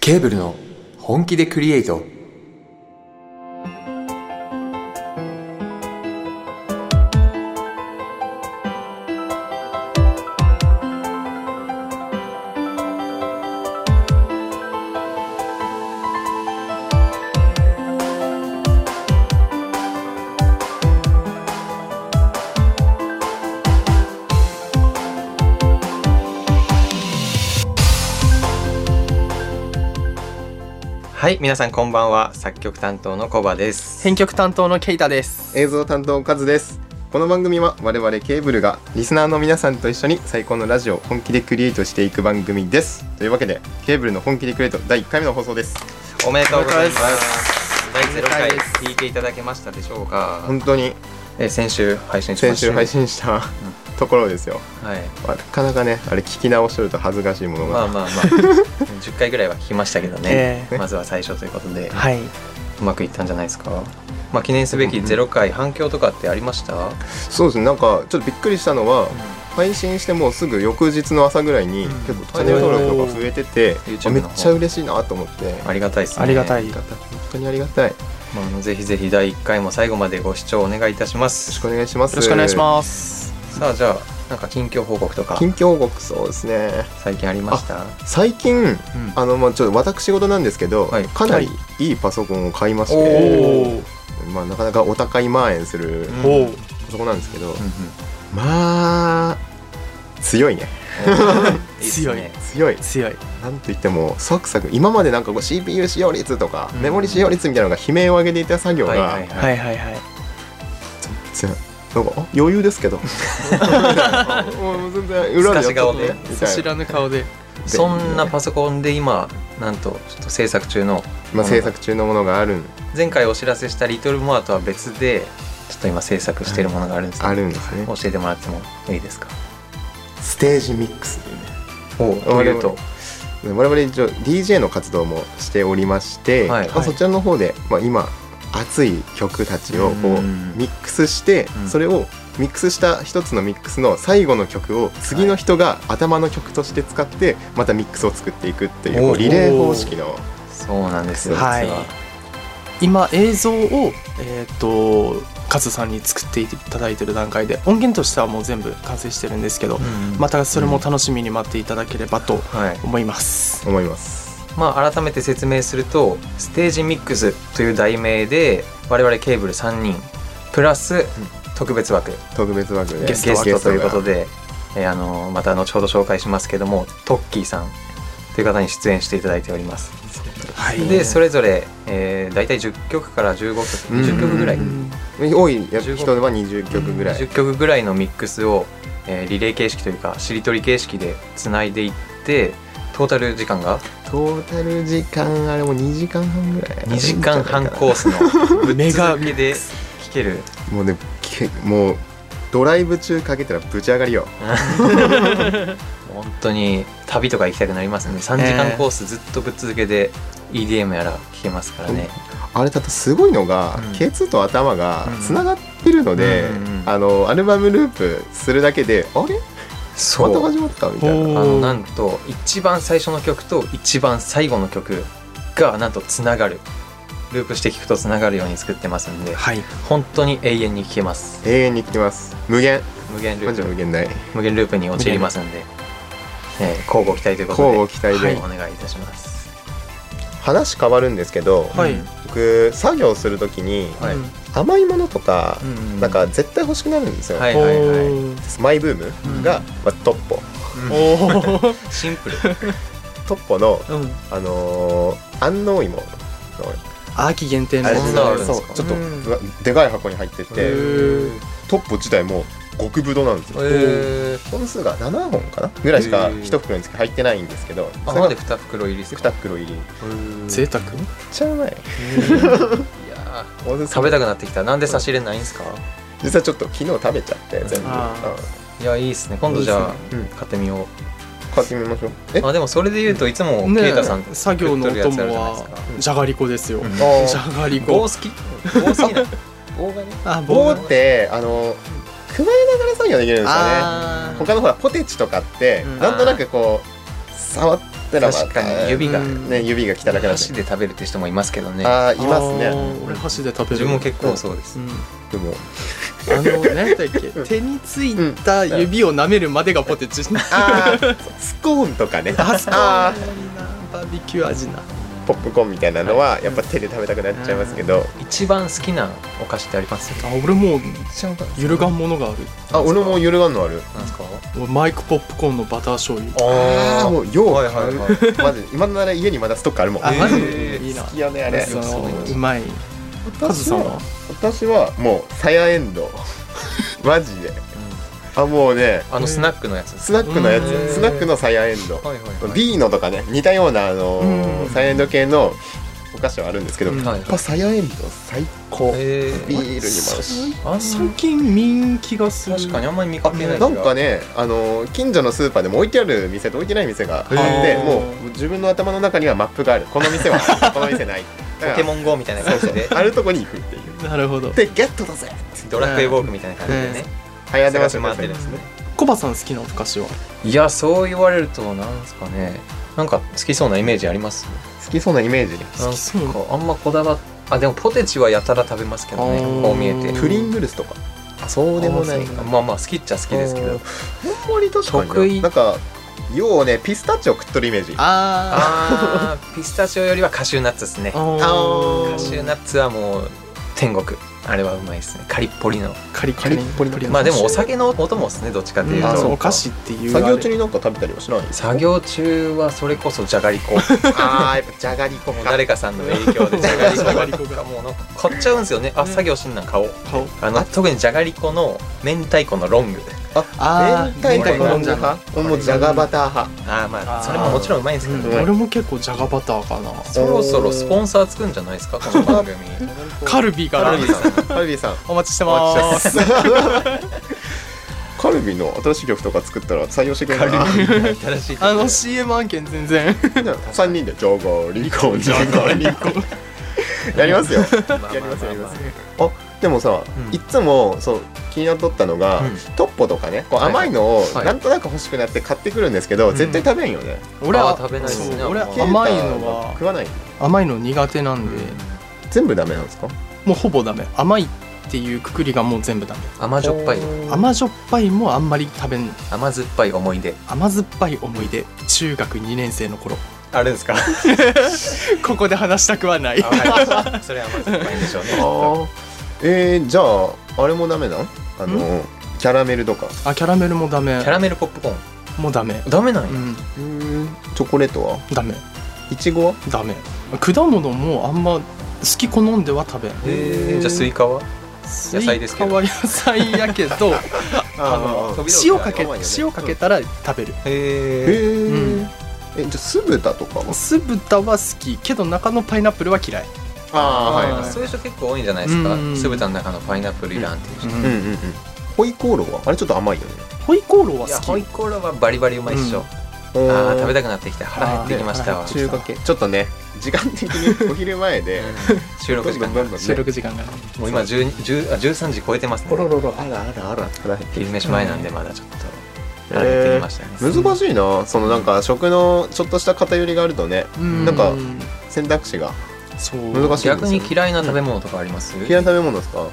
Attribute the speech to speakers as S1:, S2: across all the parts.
S1: ケーブルの本気でクリエイトはい皆さんこんばんは作曲担当のコバです
S2: 編曲担当のケイタです
S3: 映像担当カズですこの番組は我々ケーブルがリスナーの皆さんと一緒に最高のラジオを本気でクリエイトしていく番組ですというわけでケーブルの本気でクリエイト第1回目の放送です
S1: おめでとうございます第0回聞いていただけましたでしょうか
S3: 本当に
S1: えー先週配信しま
S3: 先
S1: した
S3: 週配信した、ところですよ
S1: はい
S3: まあなかなかねあれ聞き直しとると恥ずかしいものが、
S1: まあまあまあ10回ぐらいは聞きましたけどね、
S2: え
S1: まずは最初ということで
S2: はいう
S1: まくいったんじゃないですかまあ記念すべき0回反響とかってありました
S3: そうですねなんかちょっとびっくりしたのは、配信してもうすぐ翌日の朝ぐらいに
S2: うん
S3: 結構チャンネル登録とか増えてて、
S1: ー
S3: あめっちゃ嬉しいなと思って
S1: ありがたいですね
S2: ありがた
S3: あ
S2: い
S3: りがたい本当にありがたいよ
S1: まああのぜひぜひ第1回も最後までご視聴お願いいたしま
S3: ろ
S1: す
S3: しくお願いします
S2: よろしくお願いします
S1: さあじゃあなんか近況報告とか
S3: 近況報告そうですね
S1: 最近ありました
S3: 最近
S2: うん
S3: あのまあちょっと私事なんですけど、
S1: はい
S3: かなりいいパソコンを買いまし
S1: お
S3: て、
S1: ー
S3: まあ、なかなかお高い万円する
S1: うん
S2: おお
S3: パソコンなんですけ
S1: う
S3: ど、
S1: んうん
S3: まあ強いね
S1: いいっすね
S3: 強い
S2: 強い
S3: なんといってもサクサク今までなんかこう CPU 使用率とか、
S2: うん
S3: メモリ使用率みたいなのが悲鳴を上げていた作業が、
S1: はいはいは
S2: はいいはいはい
S3: 全然なんかあ余裕で すけどもう全然裏でやっちゃ
S1: 透かし顔
S3: ってね
S1: で
S3: み
S2: そ
S3: た
S2: 知
S3: いな
S2: らぬ顔で
S1: そんなパソコンで今なんとちょっと制作中の
S3: まあ、制作中のものがあるん
S1: 前回お知らせした「リトルモア」とは別でちょっと今制作しているものがあるんですけど
S3: あるんですね
S1: 教えてもらってもいいですか
S3: ステージミックスっていうね
S1: おというと
S3: 我々一応 DJ の活動もしておりまして、
S1: はい
S3: まあ、そちらの方で、まあ、今熱い曲たちをこ
S1: う
S3: うんミックスして
S1: うん
S3: それをミックスした一つのミックスの最後の曲を次の人が頭の曲として使ってまたミックスを作っていくっていう
S1: おー
S3: こうリレー方式の
S1: そうなんですよ、
S2: はい
S1: 実は
S2: 今映像をえっ、とカズさんに作っていただいてる段階で音源としてはもう全部完成してるんですけど、またそれも楽しみに待っていただければと
S1: はい
S2: 思います、
S3: 思います。
S1: まあ、改めて説明するとステージミックスという題名で我々ケーブル3人プラス特別枠
S3: 特別枠で
S1: ゲスト
S3: ゲ
S1: 枠という
S3: が
S1: ことで、えーあのまた後ほど紹介しますけどもトッキーさんという方に出演していただいております
S2: はい
S1: でそれぞれ、えー、大体10曲から15曲
S3: うん
S1: 20曲ぐらい
S2: うん
S3: 多い人は20曲ぐらい
S1: 10曲ぐらいのミックスを、えーリレー形式というかしりとり形式でつないでいってトータル時間が
S3: トータル時間あれも2時間半ぐらい
S1: 2時間半コースのぶっ続けで聴ける
S3: もうねけもうドライブ中かけたらぶち上がりよ
S1: 本当に旅とか行きたくなりますね3時間コースずっとぶっ続けで EDM やら聴けますからね、
S3: あれだとすごいのが、
S1: うん
S3: K2 と頭が
S1: うん
S3: つながってるので、
S1: うんうんうん
S3: あのアルバムループするだけであれ
S1: そ
S3: また始まったみたい
S2: お
S3: な
S2: ー
S1: あのなんと一番最初の曲と一番最後の曲がなんとつながるループして聴くとつながるように作ってますんで
S2: はい
S1: 本当に永遠に聴けます
S3: 永遠に聴きます無限
S1: 無限ル
S3: マ
S1: ー
S3: ジ
S1: プ
S3: 無限大
S1: 無限ループに陥りますんで、えー、交互期待ということ
S3: 交
S1: で
S3: 互期待で、
S1: はいお願いいたします
S3: 話変わるんですけど、
S2: はい
S1: うん
S3: 僕作業するときに
S1: はい
S2: うん
S3: 甘いものとか、なんか絶対欲しくなるんですよ、
S1: はいはいはい
S2: お
S3: マイブームが、まあ、トッポ
S2: ーおー
S1: シンプル
S3: トッポの、
S2: うん
S3: あのー、安納芋の
S2: 秋限定の
S3: あれ
S1: そんなのあるんです
S3: そ
S1: か
S3: うちょっと
S2: うん
S3: ぶわでかい箱に入って
S2: へ
S3: て
S2: ー
S3: トッポ自体も極太なんですよ
S1: えー、
S3: 本数が7本かなぐらいしか
S1: へー
S3: 1袋につき入ってないんですけど
S1: あ
S3: それ
S1: ま
S3: が
S1: で2袋入りですか
S3: 2袋入りめっ
S2: 贅沢
S3: ちゃうまい
S1: いや
S3: おす
S1: ー
S3: す
S1: 食
S3: め
S1: べたくなってきたなんで差し入れないんですか
S3: 実はちょっと昨日食べちゃって全部
S2: あー
S3: うん
S1: いやいいっすね今度じゃあ
S3: うん
S1: 買ってみよう
S3: 買ってみましょうえ
S1: あでもそれで言うといつも
S2: ね
S1: ケ
S2: え
S1: イタさん
S2: 作業のお
S1: 作ってるや
S2: 供
S1: つあるじゃないです
S2: は
S1: か
S2: じゃがりこですよ、
S1: うん
S2: じ
S3: あー
S2: ゃがり
S1: 棒
S2: こ
S1: 好き棒好きなの 棒がね
S2: あ
S3: 棒
S2: 棒
S3: ってあの加えながら作業できるんですよね
S2: あー
S3: 他のほらポテチとかって
S2: うん
S3: なんとなくこう触っったらまた
S1: 確かに指が
S2: うん
S3: ね指が来ただけなんで
S1: 箸で食べるって人もいますけどね
S3: ああいます
S2: あ
S3: ね
S2: ー俺箸で食べる
S1: 自分も結構そうです
S2: うん
S3: でも
S2: あの何だっけ 手についた指を舐めるまでがポテチ
S3: ああ スコーンとかね
S2: あそこ
S3: あ
S2: バーベキュー味な
S3: ーポップコーンみたいなのはやっぱ手で食べたくなっちゃいますけど
S1: 一番好きなお菓子ってあります
S2: あ俺もう揺るが
S1: ん
S2: んものがある
S3: あ俺も揺るがんのある
S1: なんですか
S2: 俺マイクポップコーンのバター醤油
S3: ああもうよう
S1: はい
S3: 買
S1: はいうは
S3: マジ今なら家にまだストックあるもん
S2: あ
S3: えー
S2: マジ
S1: えー
S2: いいな
S3: 好きよねあれ
S2: その
S1: そう
S2: うまいカズ
S3: 私
S2: さん
S3: は
S2: は
S3: 私はもうさやエンドウマジであもうね
S1: あのスナックのやつです
S3: スナックのや
S1: う
S3: つ
S1: ん
S3: スナックのさやエンドウ
S1: はいはいはい
S3: ビーノとかね似たようなあのー
S2: うん
S3: サイエンド系のお菓子はあるんですけど、
S2: うん
S3: やっぱサヤエンド最高、
S1: え
S3: ビ
S1: ー
S3: ールにも合うし
S1: あ
S2: 最近人気がする
S1: 確かにあんまり見かけない
S3: なんかね、あのー近所のスーパーでも置いてある店と置いてない店があって
S2: へー
S3: もう自分の頭の中にはマップがあるこの店はあるこの店ない
S1: ポケ
S3: ン
S1: モン GO みたいな感じで
S3: あるとこに行くっていう
S2: なるほど
S3: でゲットだぜ
S1: ドラクエウォークみたいな感じでね
S3: はやで
S1: 探
S3: まし
S1: した回ってるんですね
S2: コバさん好きなお菓子はい
S1: やそう言われるとなんですかねなんか好きそうなイメージあります
S3: 好きそうなイメージ
S2: 好きそう
S1: なんかあんまこだわっあでもポテチはやたら食べますけどね
S2: あー
S1: こう見えて
S3: プリングルスとかそうでもないか
S1: まあまあ好きっちゃ好きですけ
S3: うん
S1: ど
S3: あんまり確かにな
S1: 得意
S3: なんかようねピスタチオ食っとるイメージ
S2: あ
S1: あーピスタチオよりはカシューナッツですね
S2: ーあ
S3: あー
S1: カシューナッツはもう天国あれはうまいですねカリッポリの
S2: カリカリポリポリ
S1: まあでもお酒のお供ですねどっちかっていう
S3: あ
S1: と、
S3: そう
S2: お菓子っていう
S3: 作業中
S2: に
S3: になんか食べたりはしない
S1: 作業中はそれこそじゃがりこ
S3: あーやっぱじゃがりこ
S1: もう
S3: か
S1: 誰かさんの影 響でじゃがりこがもうなんか買っちゃうんですよねあ
S2: ね
S1: 作業しんなん買おう
S2: 顔
S1: あの特にじゃがりこの明太子のロング
S2: あ
S3: 明太子のロング
S2: じゃが
S3: 派もうじゃがバター派
S1: あーま
S2: あ
S1: あ
S2: ー
S1: それももちろんうまいんですけど、
S3: うん
S2: 俺も結構じゃがバターかな
S1: そろそろスポンサーつくんじゃないですかこの番組
S2: カルビー
S3: カ
S2: か
S3: ルビ
S2: な
S3: ーさんカルビーさん
S2: お待ちして
S3: お待
S2: ま
S3: ちし
S2: す
S3: てますカルビーの新しい曲とか作ったら採用してくれるか
S1: 新しい
S2: あの CM 案件全然
S3: な3人でじゃ がりこじゃがりこやりますよ
S1: まあまあまあ
S3: やりますやりますあでもさ、
S1: うん
S3: いつもそう気になっとったのが、
S1: うん
S3: トッポとかねこう
S1: はいは
S3: 甘
S1: い
S3: いのを
S1: はい
S3: なんとなく欲しくなって買ってくるんですけど、
S1: ん
S3: 絶対食べんよね、
S2: 俺は
S1: あー食べないですね
S2: そう俺は
S1: あんま
S2: 甘い
S3: ケー
S2: の
S3: タ
S2: は
S3: 食わない
S2: 甘いの苦手なんで、
S3: 全部ダメなんですか
S2: もうほぼダメ甘いっていうくくりがもう全部ダメ
S1: 甘じょっぱい
S2: 甘じょっぱいもあんまり食べん
S1: 甘酸っぱい思い出
S2: 甘酸っぱい思い出中学2年生の頃
S1: あれですか
S2: ここで話したくはない
S1: それは甘酸っぱいんでしょうね
S3: あえー、じゃああれもダメなんあのキャラメルとか
S2: あキャラメルもダメ
S1: キャラメルポップコーン
S2: もうダメ
S1: ダメなんや、
S2: うん
S3: チョコレートは
S2: ダメ
S3: いちごは
S2: ダメ果物もあんま好き好んでは食べん
S1: えーじゃあスイカは
S2: 野
S1: 菜ですけど
S2: 野菜や けどあの
S1: 飛び道具
S2: 塩
S1: が
S2: かけ
S3: 甘いよね
S2: 塩かけたら食べる
S3: え
S1: へえ
S3: ー
S2: うん
S3: えじゃあ酢豚とかは
S2: 酢豚は好きけど中のパイナップルは嫌いー
S3: あーはいはい
S1: そういう人結構多いんじゃないですか
S2: うん
S1: 酢豚の中のパイナップルいらんっていう人、
S3: うんうんうんホイコーローはあれちょっと甘いよね
S2: ホイコーローはい
S1: や
S2: 好
S1: ホイ
S2: き
S1: コーローはバリバリうまいっしょ、
S2: うん
S1: あー食べ
S3: た
S1: たくなってきた腹減ってきましたわ、
S2: あー
S1: うん
S3: 中華系ちょっとね時間的にお昼前で
S1: 収録時間がもう
S2: 収録時間が
S1: 今12 10あ13時超えてますね
S3: ろろあらあらあら腹減って
S1: 昼
S3: る
S1: 飯前なんでまだちょっと腹減ってきましたね、
S3: 難しいなそのなんか食のちょっとした偏りがあるとね
S2: うん
S3: なんか選択肢が
S2: そう
S3: 難しいんで
S1: 逆
S3: す
S1: に
S3: よ
S1: 嫌いな食べ物とかあります、
S3: 嫌いな食べ物ですか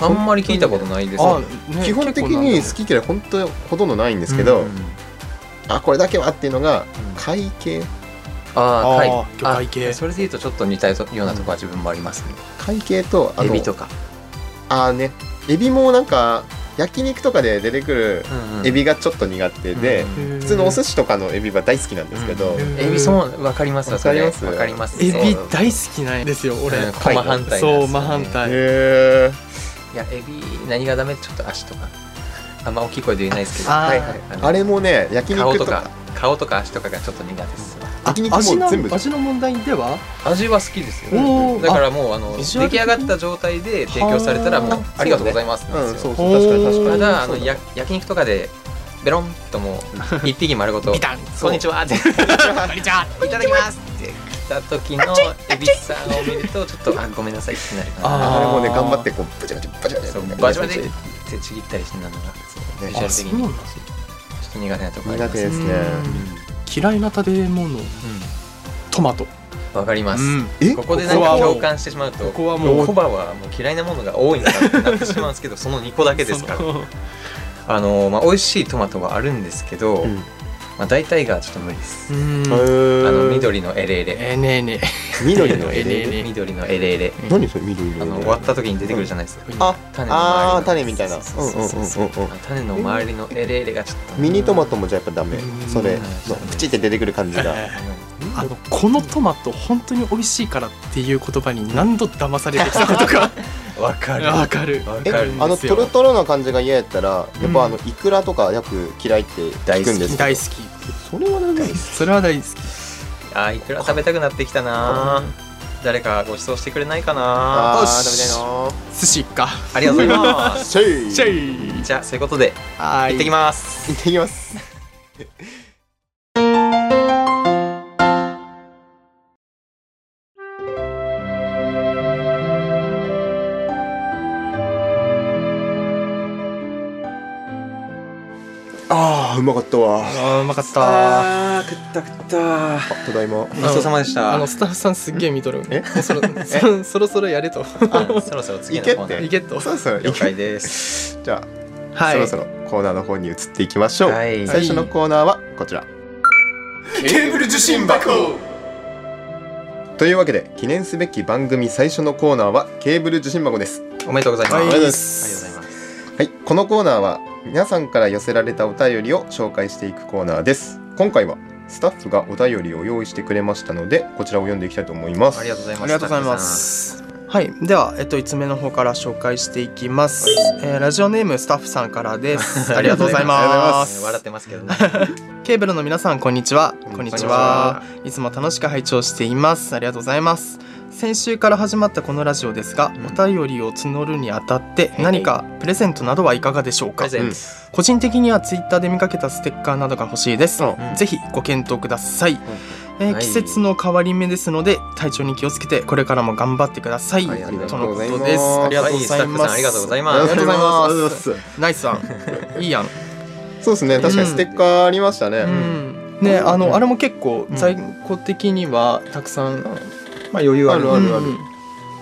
S1: あんまり聞いたことないです
S2: あ
S1: ね
S2: ね
S3: 基本的
S2: 結構なんだ
S3: に好き嫌い本当にほとんどないんですけど、
S1: うんうんうん
S3: あこれだけはっていうのが会計
S1: ああ
S2: あー魚介系
S1: それでいうとちょっと似たようなとこは自分もありますね
S3: 会計とあ
S1: エ
S3: の
S1: ビとか、
S3: あーねエビもなんか焼肉とかで出てくる
S1: うんうん
S3: エビがちょっと苦手で、
S1: うん
S2: へー
S3: 普通のお寿司とかのエビは大好きなんですけど、
S1: うん
S2: へー
S1: エビそうわかりますわそれ
S3: わかります
S1: わかります
S2: エ
S1: そう
S2: ビ大好きなんですよ俺
S1: うんこれ真反対なんですよね
S2: そう真反対
S3: へえ
S1: いやエビ何がダメちょっと足とかあんま大きい声で言えないですけど
S2: あー
S3: はいはいあれもね焼
S1: 顔
S3: 肉
S1: と
S3: と
S1: か
S3: か
S1: 顔とか足とかがちょっと苦手です
S2: あ
S3: 焼肉も
S2: 味の
S3: 全部
S2: 味の問題では
S1: 味は好きですよ
S2: おー
S1: だからもうあの
S2: ビ
S1: 出
S2: ジュアル
S1: 来上がった状態で提供されたらも
S3: は
S1: う
S3: ー
S1: ありがとうございますなん
S3: う
S1: で
S3: ん
S1: す
S3: そ
S1: よ
S3: うそう確かに確か
S1: た
S3: に
S1: だあの
S3: そう
S1: や焼肉とかでベロンともう一匹丸ご と
S2: ビタン
S1: こんにちはっていただきますって来た時のエビさんを見るとちょっとあごめんなさいってなるか
S2: あ
S1: な
S3: あれもね頑張ってこうバチバチバチバチ
S1: そう
S3: みたいな
S1: バチバチってちぎったりしてなのがビジュアル
S2: あ
S1: 的
S2: そう
S1: に
S2: な
S1: ち
S2: ん
S1: ょ
S2: だ
S1: っと苦手なとこあり
S3: 苦
S1: ま
S3: 手ですすね
S2: うん嫌いな食べ物トマト、
S1: わかります、
S3: え
S1: ここでなん
S2: ここ
S1: か
S2: は
S1: 共感してしまうと
S2: ここはも
S1: もう
S2: う
S1: コバはもう嫌いなものが多いんだってなってしまうんですけどその2個だけですから
S2: その
S1: あの、まあ、美味しいトマトはあるんですけど、
S3: うん
S1: まあ、大体がちょっと無理です、
S2: うん
S3: あ
S1: あの
S3: の
S1: 緑のエレエレ
S2: えー、ねえね
S3: 緑のエ
S2: えね
S3: レ
S2: え
S3: エレ
S2: ね
S1: 緑のエレエレ
S2: え
S3: 何それ緑の
S1: あ
S3: エレ
S1: の
S3: エレ
S1: 終わった時に出てくるじゃないですか、
S2: うん
S3: あ
S1: 種の
S3: あー
S1: 周
S3: 種
S1: りの
S3: みたいな
S1: そうそうそうそう
S3: うんうんうんうん
S1: あ種の周りのエレエレがちょっと
S3: ミニトマトもじゃあやっぱダメ
S2: うん
S3: それ
S1: うん
S3: のプチって出てくる感じ が
S2: あのこのトマト本当に美味しいからっていう言葉に何度騙されてきたこと か
S1: わかる
S2: わかる
S1: わ
S3: え
S1: かる
S3: あの
S2: ですよ
S3: トロトロな感じが嫌やったらやっぱあのイクラとかよく嫌いって聞くんですけど
S2: 大好
S3: それはね
S2: きそれは大好き
S1: あーいくら食べたくなってきたな誰かご馳走してくれないかな
S3: あ
S2: よ
S3: あ
S2: し
S3: 食
S2: 寿司か
S1: ありがとうございま
S3: べたいな
S1: す
S3: シェイ
S2: シェ
S3: イ
S2: イ
S1: じゃあそういうことで
S2: は
S1: 行ってきます
S3: 行ってきますあーうまかったわ
S2: あーうまかった
S1: あー食った食った
S3: あただいま
S1: ごちそうさまでした
S2: あのスタッフさんすっげえ見とる
S3: え
S2: もうそ ろそそろそろや れと
S1: あそろそろ次のコーナー
S3: え
S2: いけっと
S3: そろそろ
S1: 了
S3: 了
S1: 解
S3: 解
S1: です
S3: じゃあ、
S2: はい
S3: そろそろコーナーの方に移っていきましょう、
S1: はい
S3: 最初のコーナーはこちら
S2: ケーブル受信箱
S3: というわけで記念すべき番組最初のコーナーはケーブル受信箱です
S1: おめでとうございます、
S2: はい
S1: ありがとうございま
S2: あり
S1: す
S3: はいこのコーナーは皆さんから寄せられたお便りを紹介していくコーナーです今回はスタッフがお便りを用意してくれましたのでこちらを読んでいきたいと思います
S1: ありがとうございます
S2: ありがとうございます。はい、では、えっと、5つ目の方から紹介していきます。えーラジオネームスタッフさんからです。 ありがとうござい
S3: あり
S2: ま。
S3: がとうございます
S1: 笑ってますけどね
S2: ケーブルの皆さん、こんにちは。
S3: こ
S2: こ
S3: ん
S2: ん
S3: に
S2: に
S3: ち
S2: ち
S1: は
S2: は。いつも楽しく拝聴しています。ありがとうございます。先週から始まったこのラジオですが、
S1: うん
S2: お便りを募るにあたって
S1: い
S2: 何かプレゼントなどはいかがでしょう
S1: プ
S2: か
S1: レゼント、
S2: 個人的にはツイッターで見かけたステッカーなどが欲しいです、
S1: ん
S2: ぜひご検討ください、えー
S1: はい
S2: 季節の変わり目ですので体調に気をつけてこれからも頑張ってください、
S1: はいありがと
S2: と
S1: う
S2: の
S3: ご
S2: こ
S3: ざいます
S2: とですありがとうござい
S1: は
S2: ま
S1: いスタッフさん
S2: す
S1: ありがとうございます
S2: ありがとう
S3: ありがと
S2: ござい
S3: うご
S2: ます
S3: ざいます
S2: ナイスさんいいやん、
S3: そうですね確かにステッカーありましたね、
S2: うん、ねあ
S3: うん
S2: のあれも結構
S1: うん
S2: 在庫的にはたくさん、
S1: まあ余裕
S3: あるあるある、
S2: うん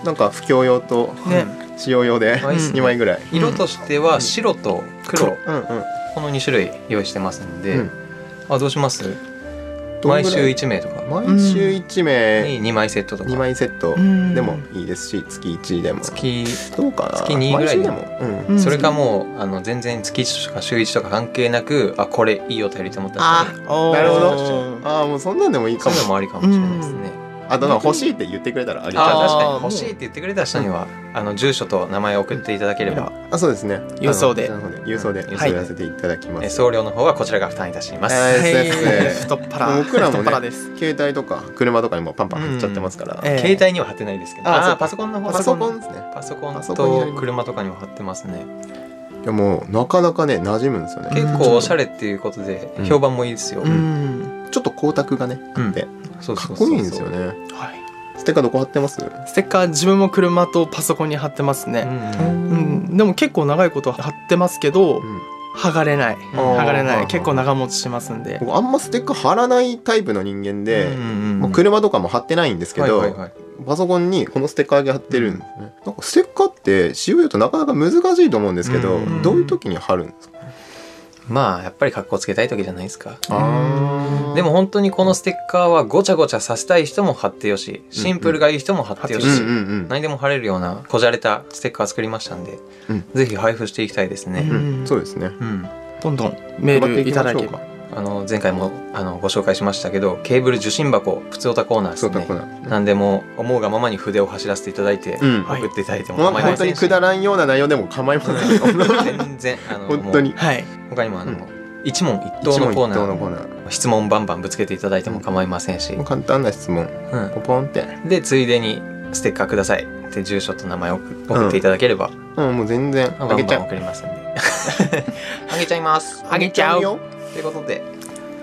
S3: なんか不況用と
S2: ね、
S3: 使用用で
S1: うん
S3: 2枚ぐらい、
S2: うん
S1: 色としては白と黒、
S3: うんうん
S1: この2種類用意してますんで、
S3: うん
S1: あどうします
S3: どんぐらい
S1: 毎週1名とか
S3: 毎週1名
S1: に2枚セットとか
S3: 2枚セット
S2: うん
S3: でもいいですし月1でも
S1: 月
S3: どうかな
S1: 月二ぐらいで
S3: 毎週で
S1: も
S3: も、う
S2: う
S3: ん
S2: ん
S1: それかもうあの全然月1とか週1とか関係なくあこれいいお便りと思ったら
S3: あ
S2: おー
S3: なるほどあーもうそんなんでもいいか
S1: そう
S3: も
S1: いうのもありかもしれないですね、
S3: あとなんか欲しいって言ってくれたらあり
S1: あ
S3: が
S1: 確か
S2: あ
S1: に
S2: ー
S1: 欲しいって言ってくれた人には、あの住所と名前を送っていただければ、
S3: たいあそうですね
S2: 郵送で
S3: あのなるほど郵送で
S1: うん
S3: 郵送でやらせていただきま
S1: えー
S3: す、
S1: 送料の方はこちらが負担いたします、
S3: は
S2: はいい
S3: です
S2: 太っ
S3: も
S2: 腹
S3: う僕らもね
S2: 太っ腹です
S3: 携帯とか車とかにもパンパン貼っちゃってますから、
S2: えー
S1: 携帯には貼ってないですけど
S3: あそう
S1: あ
S3: か
S1: ーパソコンの方
S3: パソコンですね
S1: パソコ
S3: パ
S1: ン
S3: ソコンになり
S1: と
S3: ます
S1: 車とかにも貼ってますね
S3: いやもうなかなかね馴染むんですよね
S2: うん
S1: 結構おしゃれっていうことで
S3: うん
S1: 評判もいいですよ、
S2: うん
S3: ちょっと光沢がねあって、
S1: そう
S3: か
S1: そうそうそう
S3: っこいいんですよね
S2: はい
S3: ステッカーどこ貼ってます
S2: ステッカー自分も車とパソコンに貼ってます
S1: う
S2: ね、
S1: ん
S2: うんでも結構長いこと貼ってますけど、
S3: うん
S2: 剥がれない
S1: あー
S2: 剥がれ
S3: はいはい
S2: な
S3: はい
S2: い結構長持ちしますんで
S3: 僕あんまステッカー貼らないタイプの人間
S1: うん
S3: で、
S1: うん
S3: もう車とかも貼ってないんですけど、
S1: はいはいはい
S3: パソコンにこのステッカーだけ貼ってるんですね、なんかステッカーって使用用途なかなか難しいと思うんですけど、
S1: うん
S3: どういう時に貼るんですか、
S1: まあやっぱり格好つけたい時じゃないですか
S3: あー
S1: でも、本当にこのステッカーはごちゃごちゃさせたい人も貼ってよしシンプルがいい人も貼ってよ
S3: うん
S1: し、
S3: うんうん
S1: 何でも貼れるようなこじゃれたステッカー作りましたんで、
S3: うん
S1: ぜひ配布していきたいですね、
S3: うん、そうですね
S1: うん
S2: どんどんメールいただければ
S1: あの前回もあのご紹介しましたけどケーブル受信箱普通オタコーナーで
S3: そ
S1: す
S3: うだこ
S1: ね
S3: だ、
S1: 何でも思うがままに筆を走らせていただいて、
S3: うん
S2: はい
S1: 送っていただいても
S3: まあ、
S1: 構い
S3: 本
S1: ま
S3: 当
S1: せ
S3: に
S1: んし、
S3: くだらんような内容でも構いませんよ
S1: 全然あの
S3: 本当に
S2: は
S1: も
S2: い
S1: う他にもあの、
S3: うん
S1: 一問一答のコーナ
S3: 一問一答の
S1: ー
S3: コーナー
S1: 質問バンバンぶつけていただいても構いませんし、
S3: もう簡単な質問
S1: うん
S3: ポポンって、
S1: でついでにステッカーくださいって住所と名前を送送っていただければ、
S3: うん、もう全然
S1: バン
S3: あげち
S1: バン
S3: ゃう
S1: 送りますんであげちゃいます
S2: あげちゃう
S3: よ
S1: ということで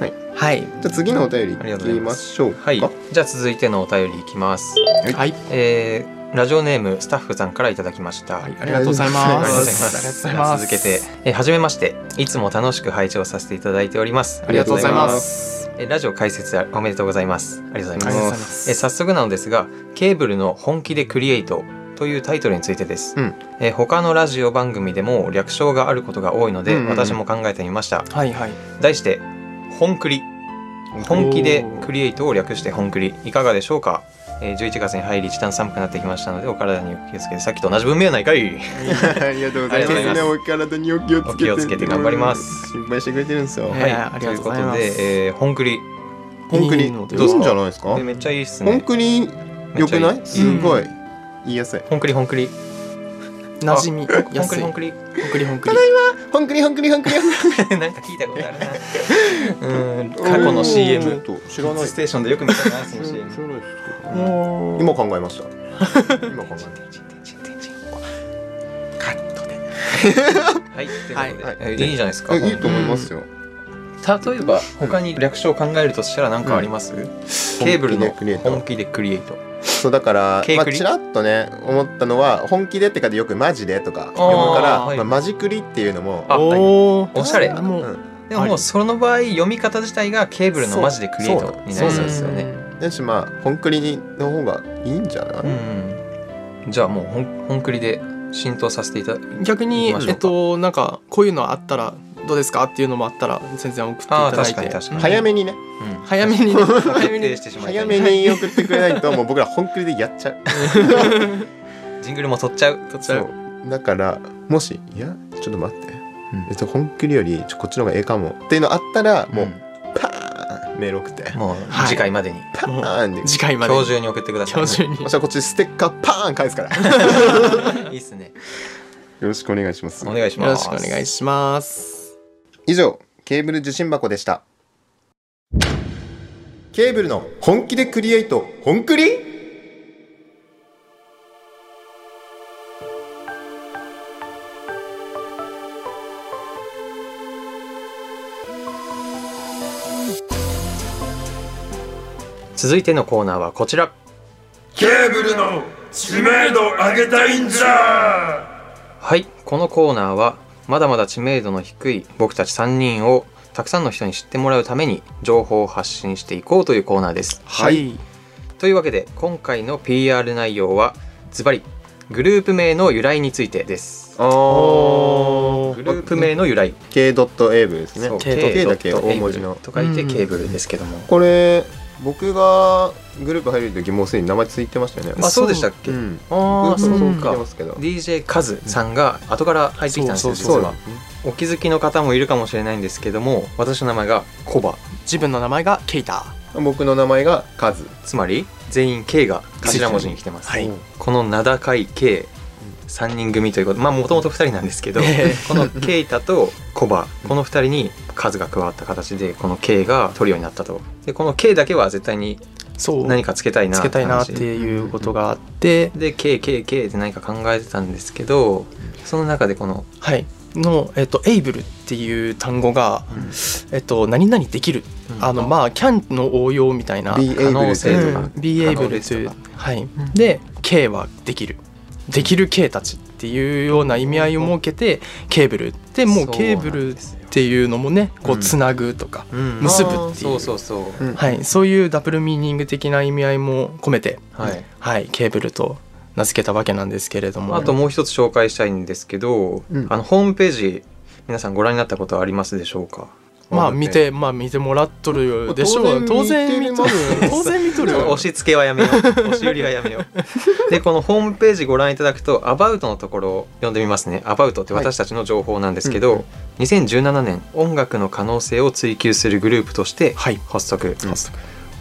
S2: はい
S3: じゃあ次のお便りい
S1: ありがとうござ
S3: き
S1: いま
S3: ますしょうか
S1: はいじゃあ続いてのお便りいきます
S2: はい、
S1: えーラジオネームスタッフさんからいただきました、
S2: はい、ありがとうございま
S1: ありがとうございますす。
S2: ありがとうございます
S1: 続けて、えー、はじめまして。いつも楽しく拝聴させていただいております。。
S3: ありがとうございます
S1: えラジオ解説おめでとうございますありがとうござい
S2: ありがと
S1: ま
S2: う
S1: す
S2: ございます
S1: え早速なのですがケーブルの本気でクリエイトというタイトルについてです、
S3: うん
S1: え他のラジオ番組でも略称があることが多いので、
S3: うんうんうん
S1: 私も考えてみました
S2: はいはい
S1: 題して本クリ本気でクリエイトを略して本クリいかがでしょうか、えー、11月に入り一段寒くなってきましたのでお体にお気をつけてさっきと同じ文明やないかい
S3: ありがとうございます
S1: ありが
S3: ね
S1: と
S3: お体にお気をつけて
S1: お気をつけて頑張ります
S3: 心配してくれてるんですよ
S2: ね
S1: はい、
S2: ありがとうございます
S1: ということで、えー、本クリ
S3: 本クリ
S2: い
S3: い
S2: い
S3: い
S2: の
S3: ん
S2: で
S3: じ
S2: は
S3: ゃないですか
S1: えめっちゃいいっす
S3: 本
S1: ね
S3: クリ良くない
S1: めっちゃいい
S3: すごい
S2: うん
S3: 言いやすい
S1: 本クリ本クリ
S2: 馴染み
S1: 本ク
S2: 安
S1: リ本
S2: い本
S1: クリ
S2: クリ本クリ
S3: 本クリ本クリ本クリ
S1: なんか聞いたことあるなうーん 過去の CM
S3: ちょっと知
S1: 知
S3: らない
S1: ステーションでよく見たなその
S3: 知
S1: CM
S3: らないですけどね
S2: もう
S3: 今考えました 今考えました
S2: カットで
S1: はい、ということで
S3: は
S1: え
S3: い
S1: いいじゃないですか。
S3: えいいと思いますよ
S1: 例えば、他に略称を考えるとしたら、何かあります。ケーブルの
S3: 本気でクリエイト
S1: 本気でクリエイト。
S3: そうだから
S1: 軽
S3: ま
S1: ク
S3: あ
S1: リ
S3: ちらっとね思ったのは本気でってかでよくマジでとか
S1: あー
S3: 読むから
S1: はい
S3: まあマジクリっていうのも
S1: あ
S2: おー
S1: おしゃれ
S3: う
S2: もうん
S1: でも、もうその場合、読み方自体がケーブルのマジでクリエイトになりそうですよね。
S3: だしまあ本クリの方がいいんじゃない、
S1: うんうんじゃあ、もう本、本クリで浸透させていただ。
S2: 逆に
S1: 行きましょうか
S2: えっとなんかこういうのあったらどうですかっていうのもあったら全然送っていただい
S1: あー確かに
S2: て
S1: 確かに
S3: 早めにね
S1: うん
S2: 早めにね早め
S1: 確定
S2: に
S1: してしまいた
S3: 早
S1: い
S3: めに送ってくれないともう僕ら本クリでやっちゃう
S1: ジングルも取っちゃう。
S2: 撮っち
S3: そ
S2: ゃう
S3: うだからもしいやちょっと待って、
S1: ん
S3: えっと本クリよりちょこっちの方がええかもっていうのあったらもう、
S1: ん
S3: パーンメール送って
S1: もう
S2: はい
S1: 次回までに。
S3: パーンで
S2: 次回まで
S1: 今日中に送ってください。
S2: 今日中に
S3: そしたらこっちステッカーパーン返すからよ
S1: いいっすね。
S3: ろしく お願いします
S1: お願いし
S2: よろ
S1: ま
S2: し
S1: す。
S2: くお願いします
S3: 以上ケーブル受信箱でしたケーブルの本気でクリエイト本クリ
S1: 続いてのコーナーはこちら。
S4: ケーブルの知名度上げたいんじゃ
S1: はい、このコーナーはまだまだ知名度の低い僕たち3人をたくさんの人に知ってもらうために情報を発信していこうというコーナーです。
S2: はい
S1: というわけで今回の PR 内容はズバリグループ名の由来についてです。
S3: お
S1: グループ名の由来、
S3: K ドットエーブルですね
S1: そう
S3: K, だけ
S1: K.A.
S3: 大文字の
S1: と書いて
S2: うん
S1: ケーブルですけども、
S3: これ僕がグループ入る時もうすでに名前ついてましたよね
S1: あそうでしたっけ、
S3: うん
S1: ああ
S3: 僕
S1: そ
S3: も
S1: う
S3: 聞いて
S1: か
S3: ますけど
S1: DJ カズさんが後から入ってきたんですよ
S2: そ
S1: 実
S2: うそう
S1: はお気づきの方もいるかもしれないんですけども私の名前がコバ
S2: 自分の名前がケイタ
S3: 僕の名前がカズ
S1: つまり全員 K が頭文字に来てます、
S2: はい
S1: この名高い K 3人組ということまあもともと2人なんですけどこのケイタとコバこの2人に数が加わった形でこの K がトリオになったとでこの K だけは絶対に
S2: そう
S1: 何かつけたいな
S2: つけたいなって
S1: 話
S2: いうことがあって
S1: で KKK って何か考えてたんですけどその中でこの
S2: はいの、えっと、エイブルっていう単語が、
S1: うん
S2: えっと、何々できる、あのまあ CAN の応用みたいな
S3: Be
S1: 可能
S3: able
S1: 性
S3: to
S1: とか
S2: Be
S1: 可能
S2: able
S1: ですとか
S2: to はいで K はできるできる K たちっていうような意味合いを設けてケーブルでもうケーブルっていうのもねこ
S1: う
S2: うんつなぐとか、
S1: うん
S2: 結ぶ
S3: っ
S2: っていう
S1: そうそうそう、
S3: うん
S2: はい、そういうダブルミーニング的な意味合いも込めて、
S1: はい
S2: はい、ケーブルと名付けたわけなんですけれども
S1: あともう一つ紹介したいんですけど、
S3: うん
S1: あのホームページ皆さんご覧になったことはありますでしょうか
S2: まあ見てまあ見てもらっとるでしょう
S3: 当
S2: 当
S3: 然
S2: 然見
S3: 見て
S2: と
S3: ま
S2: る
S3: す
S2: 当然見と るよ
S1: 押し付けはやめよう押し売りはやめようでこのホームページご覧いただくと「アバウトのところを読んでみますね「アバウトって私たちの情報なんですけど、
S3: はいうん
S1: 2017年音楽の可能性を追求するグループとして
S2: はい
S1: 発足、
S3: うん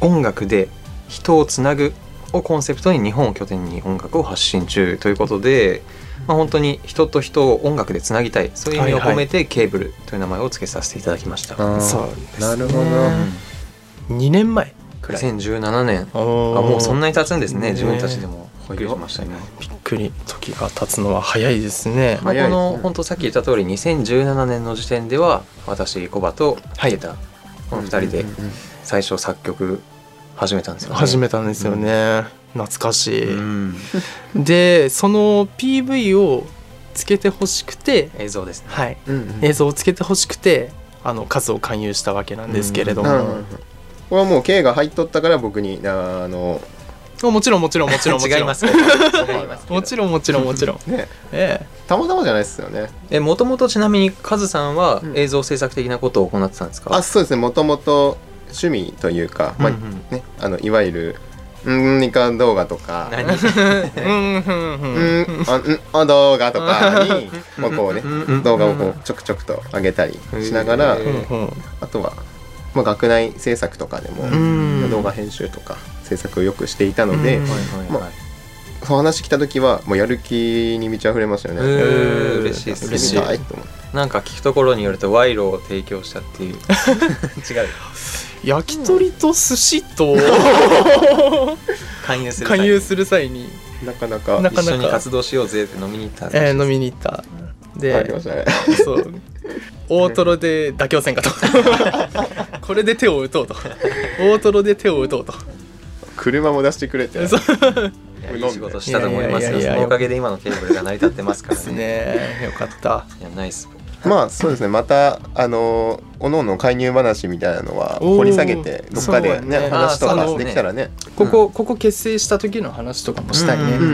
S1: 音楽で人をつなぐをコンセプトに日本を拠点に音楽を発信中ということで、まあ、本当に人と人を音楽でつなぎたいそういう意味を込めてケーブルという名前を付けさせていただきました、
S3: あー
S2: そう
S3: なるほど
S2: 2年前くらい
S1: 2017年
S2: あ
S1: あもうそん
S2: な
S1: なに経つんですね
S2: ね
S1: 自分たちでもびっくりしましたね
S2: びっくり時が経つのは早いですね
S1: まあ、
S3: 早
S1: こ
S3: い
S1: の本当さっき言った通り2017年の時点では私コバとケタ、この2人で
S3: うんうんうん
S1: 最初作曲始めたんですよ、ね、
S2: 始めたんですよね、懐かしい、
S1: うん
S2: でその PV をつけてほしくて
S1: 映像ですね
S2: はい
S3: うんうん
S2: 映像をつけてほしくてあの数を勧誘したわけなんですけれども、
S3: うんうんこれはもう K が入っとったから僕にあの
S2: もちろんもちろんもちろんもちろん
S1: 違います
S2: 違いますもちろんもちろんもちろん
S3: ね
S2: ええ
S3: たまたまじゃないですよね
S1: えもともとちなみにカズさんは
S3: うん
S1: 映像制作的なことを行ってたんですか、
S3: あそうですねもともと趣味というか、まあ
S1: うんうん
S3: ね、あのいわゆる「うんにか動画」とか
S1: 何
S2: うんうんう
S3: うん
S2: うん
S3: んあんあ動画とかに、まあこうね
S1: うんうん
S3: 動画をこうちょくちょくと上げたりしなが
S1: へ
S3: ら、
S2: うん
S1: ー
S2: うん
S3: あとは、まあ、学内制作とかでも、
S1: ん
S3: 動画編集とか制作をよくしていたので、
S2: うん
S1: はいはいはい
S3: その話来た時はもうやる気に満ち溢れましたよね。
S1: へー嬉しいです
S3: やってみたいと思って
S1: なんか聞くところによると賄賂を提供したっていう違う
S2: 焼き鳥と寿司と
S1: 勧誘する際
S2: 勧
S1: に
S2: 誘する際に、
S3: なかなか
S2: なか
S1: 一緒に活動しようぜって飲みに行った
S2: えー飲みに行った
S3: あり
S2: で
S3: ましたね。
S2: そう大トロで妥協せ んかとこれで手を打とうと大トロで手を打とうと
S3: 車も出してくれて
S2: そう
S1: いやいい仕事したと思いますよ
S2: いやいやいやいや
S1: そのおかげで今のケーブルが成り立ってますから
S2: です
S1: ね
S2: ねよかった
S1: いやナイス
S3: まあそうですねまたあのおのおの介入話みたいなのは
S2: おー
S3: 掘り下げてどっかで
S2: そう
S3: ね
S2: やね
S3: 話と
S1: あ
S3: か
S1: そうね
S3: できたらね
S2: ここここ結成した時の話とかもしたいね、
S1: う
S3: うんんうんう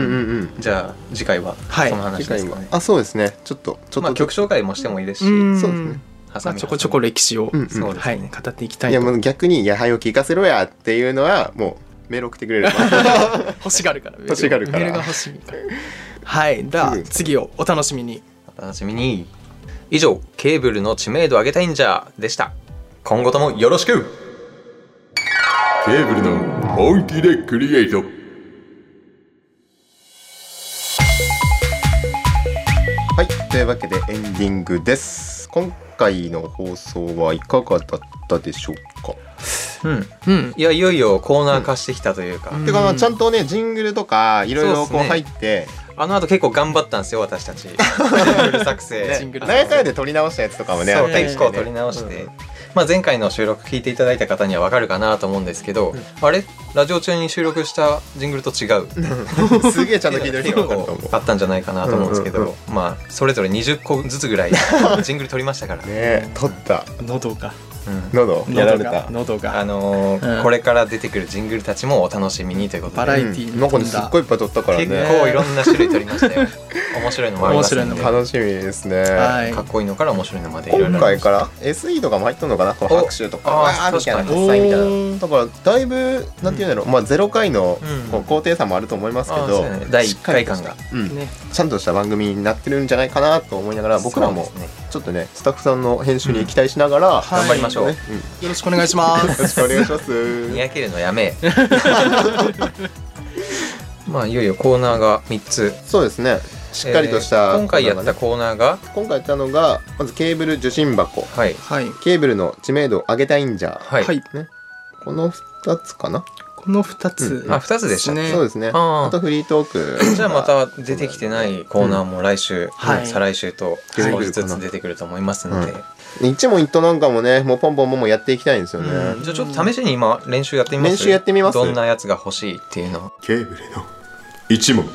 S3: ん
S1: じゃあ次回は
S2: はい
S1: その話
S3: 次
S1: で
S3: 回
S1: すか
S3: は
S1: ね、
S3: あそうですねちょっとちょっ
S1: まあ
S3: と
S1: 曲紹介もしてもいいですし、
S2: うん
S3: そうですね
S1: ハサ
S2: まあ、
S1: ミ
S2: ちょこちょこ
S1: レ
S2: 歴史を、
S3: うんうん
S1: そうです
S2: は
S1: ね
S2: い、語っていきたい
S3: い
S2: と
S3: やもう逆に「やはよ聞かせろや」ってい うのはもうメール送ってくれれば
S2: 欲しがるから
S3: 欲しがるから
S2: メールが欲しいからはいでは
S3: うん
S2: 次をお楽しみに
S1: お楽しみに以上ケーブルの知名度上げたいんじゃでした今後ともよろしく
S4: ケーブルの本気でクリエイト
S3: はいというわけでエンディングです今回の放送はいかがだったでしょうか
S1: うん
S2: うん
S1: いやいよいよコーナー化してきたというか、
S2: うん
S3: てかまあちゃんとねジングルとかいろいろ
S1: そう
S3: こう
S1: っすね
S3: 入って
S1: あの後結構頑張ったんですよ私 たちジングル作成
S3: ね
S2: ジングル
S3: 何やかんやで撮り直したやつとかもね
S1: そう
S3: あったり
S1: 結
S3: して
S1: 構
S3: ね
S1: 取り直して、
S3: うん
S1: まあ、前回の収録聞いていただいた方には分かるかなと思うんですけど、あれラジオ中に収録したジングルと違う
S3: すげえちゃんと聞いてる人が分かると思う
S1: 結構あったんじゃないかなと思うんですけど、
S3: うんうん
S1: まあそれぞれ20個ずつぐら いジングル取りましたから、
S3: ねえ撮った
S2: 喉が
S1: うん
S3: 喉やら
S2: 喉
S3: れた
S2: が喉
S1: あ
S2: が
S1: のー
S2: うん
S1: これから出てくるジングルたちもお楽しみにということで
S2: バラエティ
S3: うん、なんかねすっごいいっぱい撮ったから
S1: 結
S3: ね
S1: 構いろんな種類取りま したよ面白いのもあります
S2: 面白いのも
S3: 楽しみですね、
S2: はい
S1: かっこいいのから面白いのまでいろいろ
S3: 今回から SE とかも入っとんのかなこの
S1: お
S3: 拍手とか
S1: あー
S3: わーみたいな
S1: 確
S2: かに
S3: 発災みたい
S2: お
S3: な
S2: ー
S3: だからだいぶなんていうんだろう、まあゼロ回の
S1: うん
S3: こう高低差もあると思いますけ
S1: あ
S3: ど、
S1: そうやね第1回感が
S3: うん
S2: ね
S3: ちゃんとした番組になってるんじゃないかなと思いながら僕らも
S1: そうですね
S3: ちょっとねスタッフさんの編集に期待しながら、
S2: はい
S1: 頑張りましょう、
S3: ねうんよ
S2: よろしくお願いしま
S3: ろ
S2: す
S3: しくお願いします
S1: にやけるのや めえまあいよいよコーナーが3つ
S3: そうですねしっかりとした、
S1: えー今回やったコーナーが、
S3: 今回やったのがまずケーブル受信箱
S1: はい
S2: はい
S3: ケーブルの知名度を上げたいんじゃ、
S1: はい、
S2: はい
S3: この2つかな、
S2: この2つ
S1: あ2つでしたね
S2: ね
S3: そうですね
S1: あー
S3: あとフリートーク
S1: じゃあまた出てきてないコーナーも来週、
S2: はい
S1: 再来週と
S3: 出て
S1: 少
S3: く
S1: し
S3: るか
S1: ず
S3: な
S1: つ出てくると思いますので、
S3: 一問一答なんかもねもうポンポンポンポンやっていきたいんですよね、
S1: うんじゃあちょっと試しに今練習やってみます
S3: 練習やってみます
S1: どんなやつが欲しいっていうの
S4: ケーブルの一問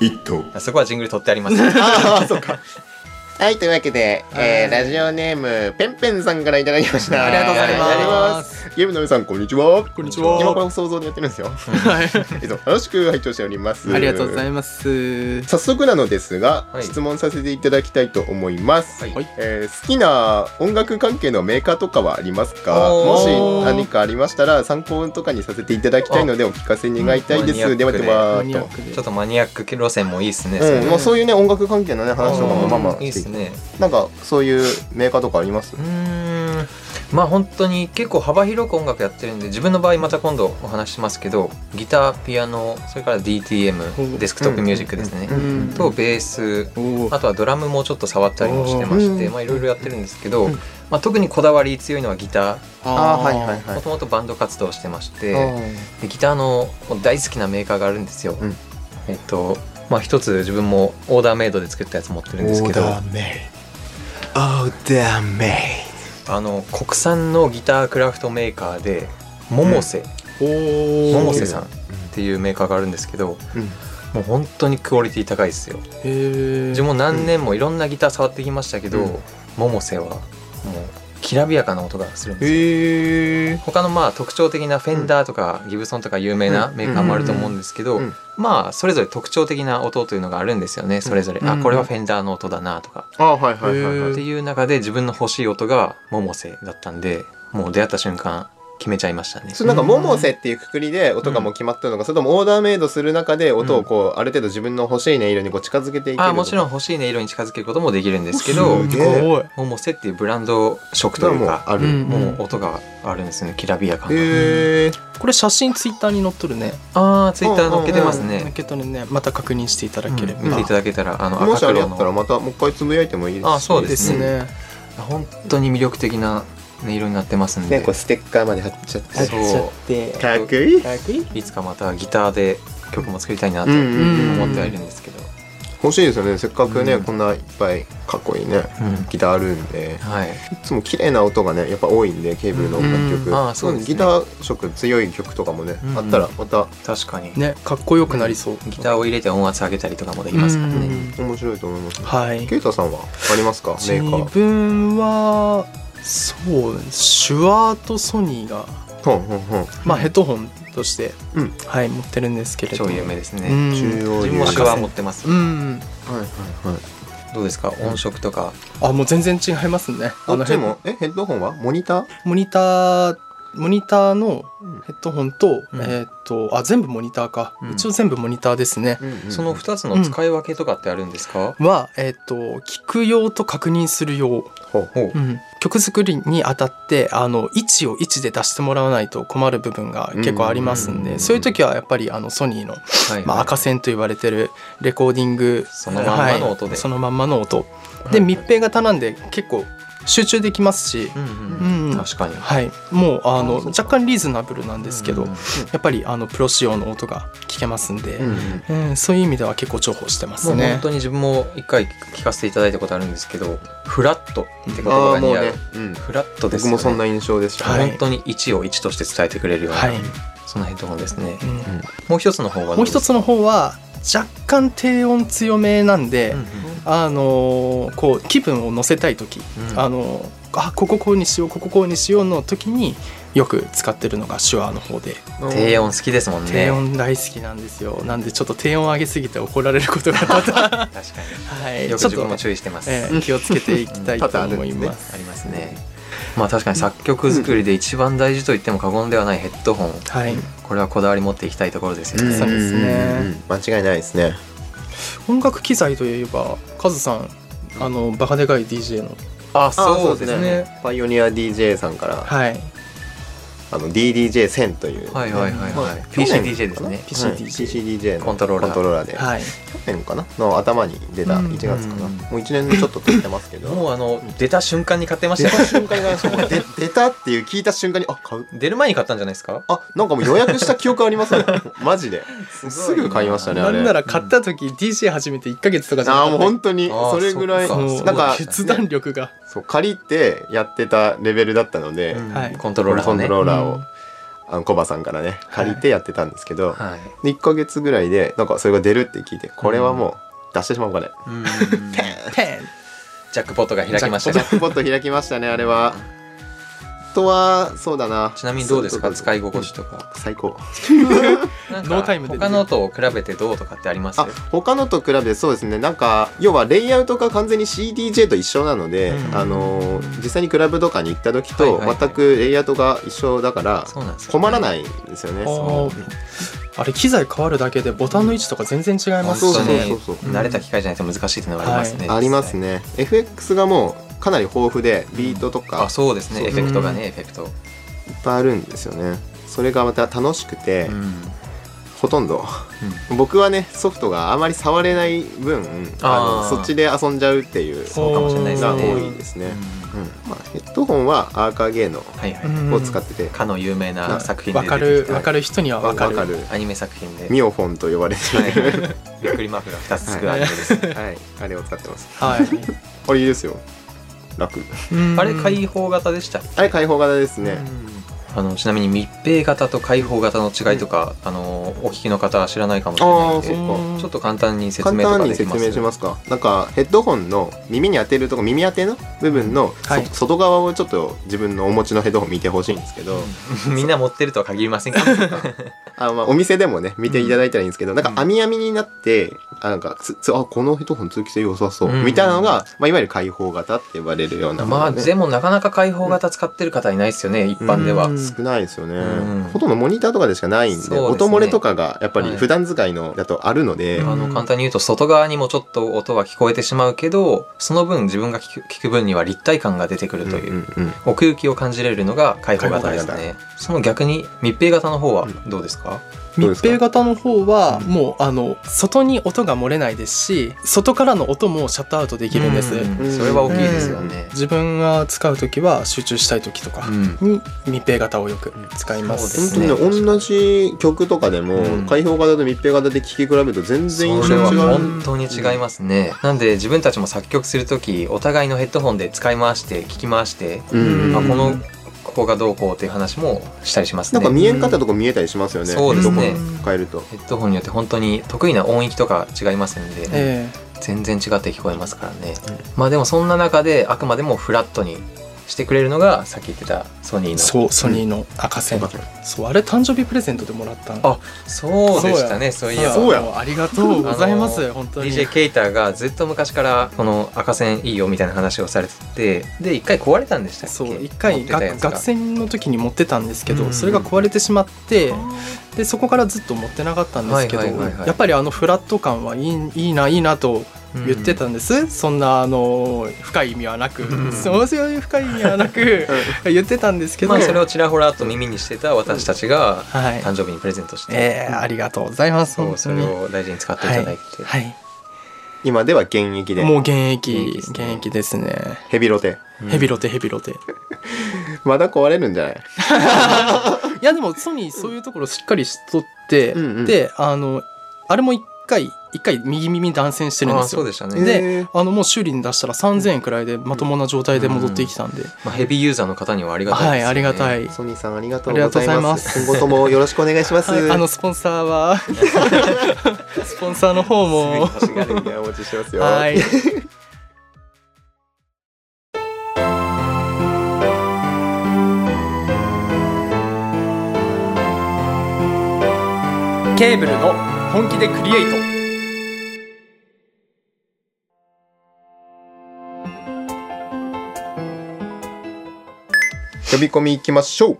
S4: 一答
S1: あそこはジングル取ってあります
S3: ああそうかはいというわけで、えーラジオネームペンペンさんからいただきました
S2: ありがとうござい
S1: ありがとうござ
S2: ま
S3: あ
S2: す
S3: りがとうございますゲームの皆さんこんにちは
S2: こんにち
S3: 今こ
S2: は
S3: れ想像でやってるんですよ
S2: はい
S3: いつも楽しく拝聴しております
S2: ありがとうござ
S3: ま
S2: います
S3: す早速なのですが、
S1: はい
S3: 質問させていただきたいと思います、
S1: はい
S3: えー好きな音楽関係のメーカーとかはありますかもし
S2: おー
S3: 何かありましたら参考とかにさせていただきたいのでお聞かせ願いたいで
S1: う
S3: す
S1: ん
S3: ではで
S2: マ
S3: は
S2: ニアッ
S3: と
S2: クで
S1: ちょっとマニアック路線もいいですね、それ
S3: うん、まあそういうね音楽関係のね話とかもまあまあ
S1: いいで
S3: して
S1: す
S3: いき
S1: ね
S3: なんかそういうメーカーとかあります
S1: うーんまあ本当に結構幅広く音楽やってるんで自分の場合また今度お話ししますけどギターピアノそれから DTM
S2: お
S1: デスクトップミュージックですね、
S2: うん
S1: とベース
S2: おー
S1: あとはドラムもちょっと触ったりもしてまして
S3: うん
S1: まあいろいろやってるんですけど、まあ、特にこだわり強いのはギタ
S3: あ
S2: あ
S3: ーはいはい
S1: ー
S3: は
S1: も
S3: い
S1: ともとバンド活動してまして、
S3: うん
S1: でギターの大好きなメーカーがあるんですよ、
S3: うん
S1: えっとまあ一つ自分もオーダーメイドで作ったやつ持ってるんですけど
S3: メイドオーダーメ
S1: あの国産のギタークラフトメーカーで百瀬、
S2: おー
S1: 百瀬さんっていうメーカーがあるんですけど
S3: イド、うん
S1: もう本当にクオリティ高いですよ
S2: へー
S1: 自分も何年もいろんなギター触ってきましたけど、
S3: うん
S1: 百瀬はもうきらびやかな音がするんですよ
S3: へえ
S1: 他のまあ特徴的なフェンダーとかギブソンとか有名なメーカーもあると思うんですけど、
S3: うんうん
S1: まあそれぞれ特徴的な音というのがあるんですよねそれぞれ、
S2: うん
S1: あこれはフェンダーの音だなとか、
S3: ああはいはいはい
S2: へ
S3: は
S2: ー
S3: い
S1: っていう中で自分の欲しい音が「モモセ」だったんでもう出会った瞬間決めちゃいましたね
S3: それなんか「モモセ」っていうくくりで音がもう決まってるのか、それともオーダーメイドする中で音をこうある程度自分の欲しい音色にこう近づけていける
S1: あもちろ
S3: ん
S1: ん欲しい音色に近づけることもできるんですけど
S3: す
S2: す
S3: げえ
S2: ごい
S1: モモセっていうブランド色
S3: そ
S1: と
S3: れは
S1: いう
S3: もう
S1: か
S3: ある、
S2: うん
S1: もう音があるんですよねきらびやかな、
S3: へえ
S2: これ写真ツイッターに載っとるね
S1: ああツイッター載っけてますね、
S2: うん受け取るねまた確認していただければ、
S1: うん見ていただけたらあの
S3: もし
S1: 赤
S3: あれ
S1: 黒
S3: やったら
S1: の
S3: またもう一回つぶやいてもいいですし
S1: あそう
S2: ですね
S1: 本当に魅力的な音色になってますん
S3: ね
S1: で、
S3: こうステッカーまで貼っちゃって
S1: そう
S2: て
S3: かっこいい
S2: っこいい
S1: いつかまたギターで曲も作りたいなと
S3: うん
S2: うん
S1: 思ってはいるんですけど、
S3: 欲しいですよねせっかくね、
S1: うん
S3: こんないっぱいかっこいいね
S1: うん
S3: ギターあるんで
S1: はい
S3: いつも綺麗な音がねやっぱ多いんでケーブルの楽
S2: う
S3: 曲、
S2: ん
S1: ああそうですね
S3: ギター色強い曲とかもね、
S1: うん
S3: あったらまた
S1: 確かに、
S2: ねかっこよくなりそう、
S1: ギターを入れて音圧上げたりとかもできますから
S2: う
S1: ね
S2: ん
S3: 面白いと思います、ね
S2: はい
S3: ケイタさんはありますかメーカー
S2: 自分はそうシュワーとソニーが、
S3: ほんほんほん
S2: まあ、ヘッドホンとして、
S3: うん
S2: はい、持ってるんですけれど
S1: 超
S2: も
S1: 有名ですね、
S2: うん
S3: 中央
S1: 自分
S3: 流
S1: も
S3: はい
S1: シュワー持ってます、
S2: うん
S3: はいはい
S1: どうですか音色とか、
S2: あもう全然違いますね
S3: どっち
S2: ヘッ
S3: もえヘッドホンはモニター
S2: モニターモニターのヘッドホンと、
S1: うん
S2: えーっとあ全部モニターか、
S1: うん
S2: 一応全部モニターですね、
S1: その2つの使い分けとかってあるんですか、
S2: は、えーっと聞く用と確認する用、
S3: ほう
S1: ほう
S2: 曲作りにあたってあの位置を位置で出してもらわないと困る部分が結構ありますんで、
S3: うん
S2: そういう時はやっぱりあのソニーの、
S1: はい
S2: まあ、赤線と言われてるレコーディング
S1: そのまんまの音で
S2: はいそのまんまの音
S3: はい
S2: で密閉型なんで結構集中できますし、
S1: うんうんうん
S2: うん
S1: 確かに
S2: はい、もうあの
S3: あそうか
S2: 若干リーズナブルなんですけど、
S1: うん
S2: やっぱりあのプロ仕様の音が聞けますんで、
S3: うん
S2: うんそういう意味では結構重宝してます
S1: もう
S2: ね
S1: 本。当に自分も一回聞かせていただいたことあるんですけどフラットって言葉
S3: あ
S1: が
S3: あもう
S1: 似合う
S3: ね、うん、
S1: フラットです
S3: 僕
S1: よね
S3: もそんな印象でした、
S2: はい
S1: 本当に1を1として伝えてくれるような、
S2: はい
S1: そんなヘッドホンですね、
S2: うん
S1: もう一つの方はど
S2: もう
S1: です
S2: 一つの方は若干低音強めなんで、
S1: うんうん
S2: あのーこう気分を乗せたい時、
S1: うん
S2: あのーあこここうにしようこここうにしようの時によく使ってるのが手話の方で
S1: 低音好きですもんね
S2: 低音大好きなんですよ、なんでちょっと低音上げすぎて怒られることがま た、は
S1: 確か
S2: い、
S1: によく
S2: ちょ
S1: 自
S2: っと
S1: 分も注意してます、
S2: えー気をつけていきたいと思い
S3: うん多々あるんで
S2: ますす。
S1: ありますねまあ確かに作曲作りで一番大事と言っても過言ではないヘッドホン
S2: はい、
S1: これはこだわり持っていきたいところですよね、
S2: んそうですね
S3: うんうんうん間違いないですね
S2: 音楽機材といえばカズさんあのバカでかい DJ の
S1: あ
S3: あ
S1: そうですね
S3: パイオニア DJ さんから
S2: はい
S3: あの DDJ1000 という、
S1: はいはいはい
S3: ま
S1: は
S3: あ
S1: い
S3: 去年
S1: PCDJ ですね
S2: PCDJ
S3: はい PCDJ の
S1: コントローラー
S3: コントローラーで
S2: はい
S3: 去年かなの頭に出た
S2: うん
S3: 1月かな、
S1: うん
S3: もう1年ちょっと経ってますけど
S1: もうあの出た瞬間に買ってまし
S3: 出
S1: た
S3: た
S1: よ
S3: 瞬間がで出たっていう聞いた瞬間にあ買う
S1: 出る前に買ったんじゃないですか
S3: あなんかもう予約した記憶ありますねマジで
S1: ごい
S3: す
S1: な
S3: すぐ買いましたねあ
S2: な
S3: れ
S2: んなら買った時 DJ 始めて1か月とかじゃな
S3: あ
S2: か
S3: ーもう
S2: っ
S3: 本当に
S1: あー
S3: それぐらい
S1: そっか
S2: た
S3: なんか
S2: 決断力が
S3: そう借りてやってたレベルだったので、
S1: うん
S2: はい
S1: コントローラー
S3: コ
S1: を
S3: ン
S1: ね
S3: トローラー
S2: う
S3: を
S2: ん
S3: あのコバさんからね借りてやってたんですけど、
S1: はい
S3: で1ヶ月ぐらいでなんかそれが出るって聞いてこれはもう出してしまおうかね、
S2: ペ
S1: ジャックポットが開きました
S3: ジャ
S1: ね
S3: ックポット開きましたねあれはあとはそうだな
S1: ちなみにどうですか使い
S3: 心
S1: 心
S3: 地
S1: 地とか
S3: 最高
S1: なん
S2: ノ
S1: か
S2: ータイムで
S1: 他のと比べてどうとかってあります
S3: あ他のと比べてそうですねなんか要はレイアウトが完全に CDJ と一緒なので、
S1: うん
S3: あのー実際にクラブとかに行った時
S1: はい
S3: と
S1: はいはい
S3: 全くレイアウトが一緒だから
S1: そうなんですよね
S3: 困らないんですよね。
S2: ン
S3: そ
S2: あ
S3: う
S2: ーあれ機材変わるだけでボタンの位置とか全然違いま
S1: 本
S2: す
S3: そう
S1: 当
S3: そ
S2: し
S3: う
S1: に
S2: ね
S3: そうそう
S1: 慣れた機械じゃないと難しいっていうのはありますね、
S3: あります
S1: ね
S3: ね。FX がもうかなり豊富でビートとか
S1: あそうですね
S3: そう
S1: エフェクトがねエフェクト、
S3: いっぱいあるんですよね。それがまた楽しくて、
S1: うん
S3: ほとんど、僕はねソフトがあまり触れない分あ
S1: あー
S3: のそっちで遊んじゃうっていう
S1: そうかもしれないですね
S3: が
S2: お
S3: 多
S2: ー
S3: いです
S1: う
S3: ね
S1: ん。
S3: うんまあ、ヘッドホンはアーカーゲーの
S1: はいはい、
S2: うん
S3: を使ってて、
S1: かの有名な作品で
S2: わ
S1: 出
S2: か
S1: て
S2: る
S1: き
S3: はい
S2: わかる人にはわかる
S3: わかる
S1: たアニメ作品で、
S3: ミオフォンと呼ばれて
S1: はい
S3: る、
S1: はいびっくりマークが2つつくアニメですね、
S3: はい、あれを使ってます
S2: はい
S3: あれいいですよ楽
S1: あれ開放型でしたっけ
S3: あれ開放型ですね、
S1: うんあのちなみに密閉型と開放型の違いとか、あのお聞きの方は知らないかもしれない
S3: あ
S1: の
S3: あそっ
S1: で
S3: か
S1: ちょっと簡単に説
S3: 簡
S1: 明と
S3: 単
S1: か
S3: に
S1: でき
S3: 説
S1: ます
S3: 明しますかなんかヘッドホンの耳に当てるとこ耳当ての部分の、
S2: はい
S3: そ外側をちょっと自分のお持ちのヘッドホン見てほしいんですけど、
S1: みんな持ってるとは限りませんけど
S3: あまあ、お店でもね見ていただいたらいいんですけど、な
S1: う
S3: んか
S1: ん
S3: 網網になってあなんかつつあこのヘッドホン通気性良さそう、
S1: うん
S3: みたいなのが、まあ、いわゆる開放型って呼ばれるようなも
S1: ま
S3: の
S1: あ
S3: で、
S1: でもなかなか開放型使ってる方いないですよね一般では、
S2: うん
S3: 少ないですよね、
S1: うん
S3: ほとんどモニターとかでしかないんで
S1: そうですね
S3: 音漏れとかがやっぱり
S1: はい
S3: 普段使いのだとあるので、
S2: うん
S1: あの簡単に言うと外側にもちょっと音は聞こえてしまうけどその分自分が聞く聞く分には立体感が出てくるという、
S3: うんうんうん
S1: 奥行きを感じれるのが開放型です
S3: 開
S1: ねその逆に密閉型の方はどうですか、
S3: どうで
S2: 密
S3: すか
S2: 閉型の方はもうあの外に音が漏れないですし外からの音もシャットアウトできるんです、
S1: うん
S3: うん
S1: それは大きいですよね、
S2: 自分が使う時は集中したい時とか
S1: うん
S2: に密閉型をよく使いま
S1: そうですすね
S3: 本当にね同じ曲とかでも、
S1: うん
S3: 開放型と密閉型で聴き比べると全然印
S1: それ
S3: 象
S1: は
S3: 違う
S1: 本当に違いますね、なんで自分たちも作曲する時お互いのヘッドホンで使い回して聞き回して、
S3: うん
S1: まあ、こ
S2: う
S1: の
S2: ん
S1: ここがどうこうっていう話もしたりします
S3: な
S1: ね
S3: んか見えんかったとこ見えたりしますよね、
S1: そうですね
S3: どこ変えると
S1: ヘッドホンによって本当に得意な音域とか違いますんで、
S2: え
S1: 全然違って聞こえますからね、まあでもそんな中であくまでもフラットにしてくれるのがさっき言ってたソニー
S2: え
S1: の
S2: そうソニーの赤線、そうあれ誕生日プレゼントでもらったの
S1: あそうでしたねそういえば
S3: そうや
S2: もありがとう ございま
S1: あ
S2: す
S1: の
S2: 本当に
S1: DJ ケイターがずっと昔からこの赤線いいよみたいな話をされててで一回壊れたんでしたっけ
S2: そう一回
S1: 持ってたや
S2: 学
S1: つが
S2: 学生の時に持ってたんですけ
S1: うんう
S2: ど
S1: ん
S2: それが壊れてしまってでそこからずっと持ってなかったんですけど
S1: はいはいはいはい
S2: やっぱりあのフラット感はいいいいないいなと
S1: うん
S2: 言ってたんです、そんなあの深い意味はなく、
S1: うん
S2: そうそういう深い意味は なく言ってたんですけど、
S1: まあそれをちらほらと耳にしてた私たちが
S2: はい、
S1: 誕生日にプレゼントして、
S2: えーありがとうございます
S1: そう
S2: 本
S1: そ
S2: 当
S1: れ
S2: に
S1: を大事に使っていただいて、
S2: はい
S3: 今では現役で
S2: もう現役
S1: 現役です
S2: 現
S1: ね
S2: 役ですね
S3: ヘビロテ
S1: うん
S2: ヘビロテヘビロテい
S3: まだ壊れるんじゃない
S2: やでもソニーそういうところしっかりしとって、
S3: うんうん
S2: であのあれも一回一回右耳断線してるん
S1: あ
S2: で
S1: あ
S2: す
S1: そう
S2: よ
S1: でしたね、
S2: で
S3: えー
S2: あのもう修理に出したら3,000円くらいでまともな状態で戻ってきたんで、
S1: まあ、ヘビーユーザーの方にはありがたいですよ
S2: は
S1: ね
S2: いありがたい、
S3: ソニーさんありがとうございま
S2: あ
S3: す
S2: りがとうございます
S3: 今後ともよろしくお願いし ます、
S2: はいあのスポンサーはスポンサーの方も
S3: すぐに欲しがるんでお待ちしてますよ
S2: はいケーブルの本気でクリエイト
S3: 呼び込みいきましょう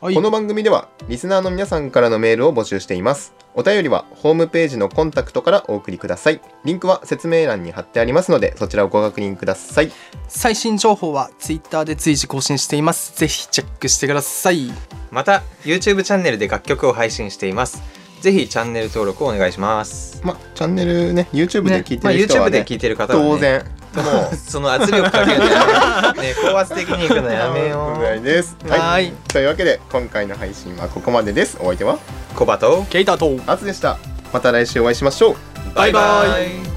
S2: はい
S3: この番組ではリスナーの皆さんからのメールを募集していますお便りはホームページのコンタクトからお送りくださいリンクは説明欄に貼ってありますのでそちらをご確認ください
S2: 最新情報はツイッターで随時更新していますぜひチェックしてください
S1: また YouTube チャンネルで楽曲を配信していますぜひチャンネル登録をお願いします、
S3: まあチャンネルね YouTube で聞いてる人
S1: まあ、
S3: は
S1: YouTube
S3: ね、
S1: で聞いてる方は、ね、
S3: 当然
S1: もうその圧力かけるのや めようね高圧的にいくのやめよ
S3: ぐら
S1: う
S3: いです
S2: は
S3: はいいというわけで今回の配信はここまでですお相手は
S1: 小バと
S2: ケイタと
S3: アツでしたまた来週お会いしましょう
S2: バイバイ
S1: イ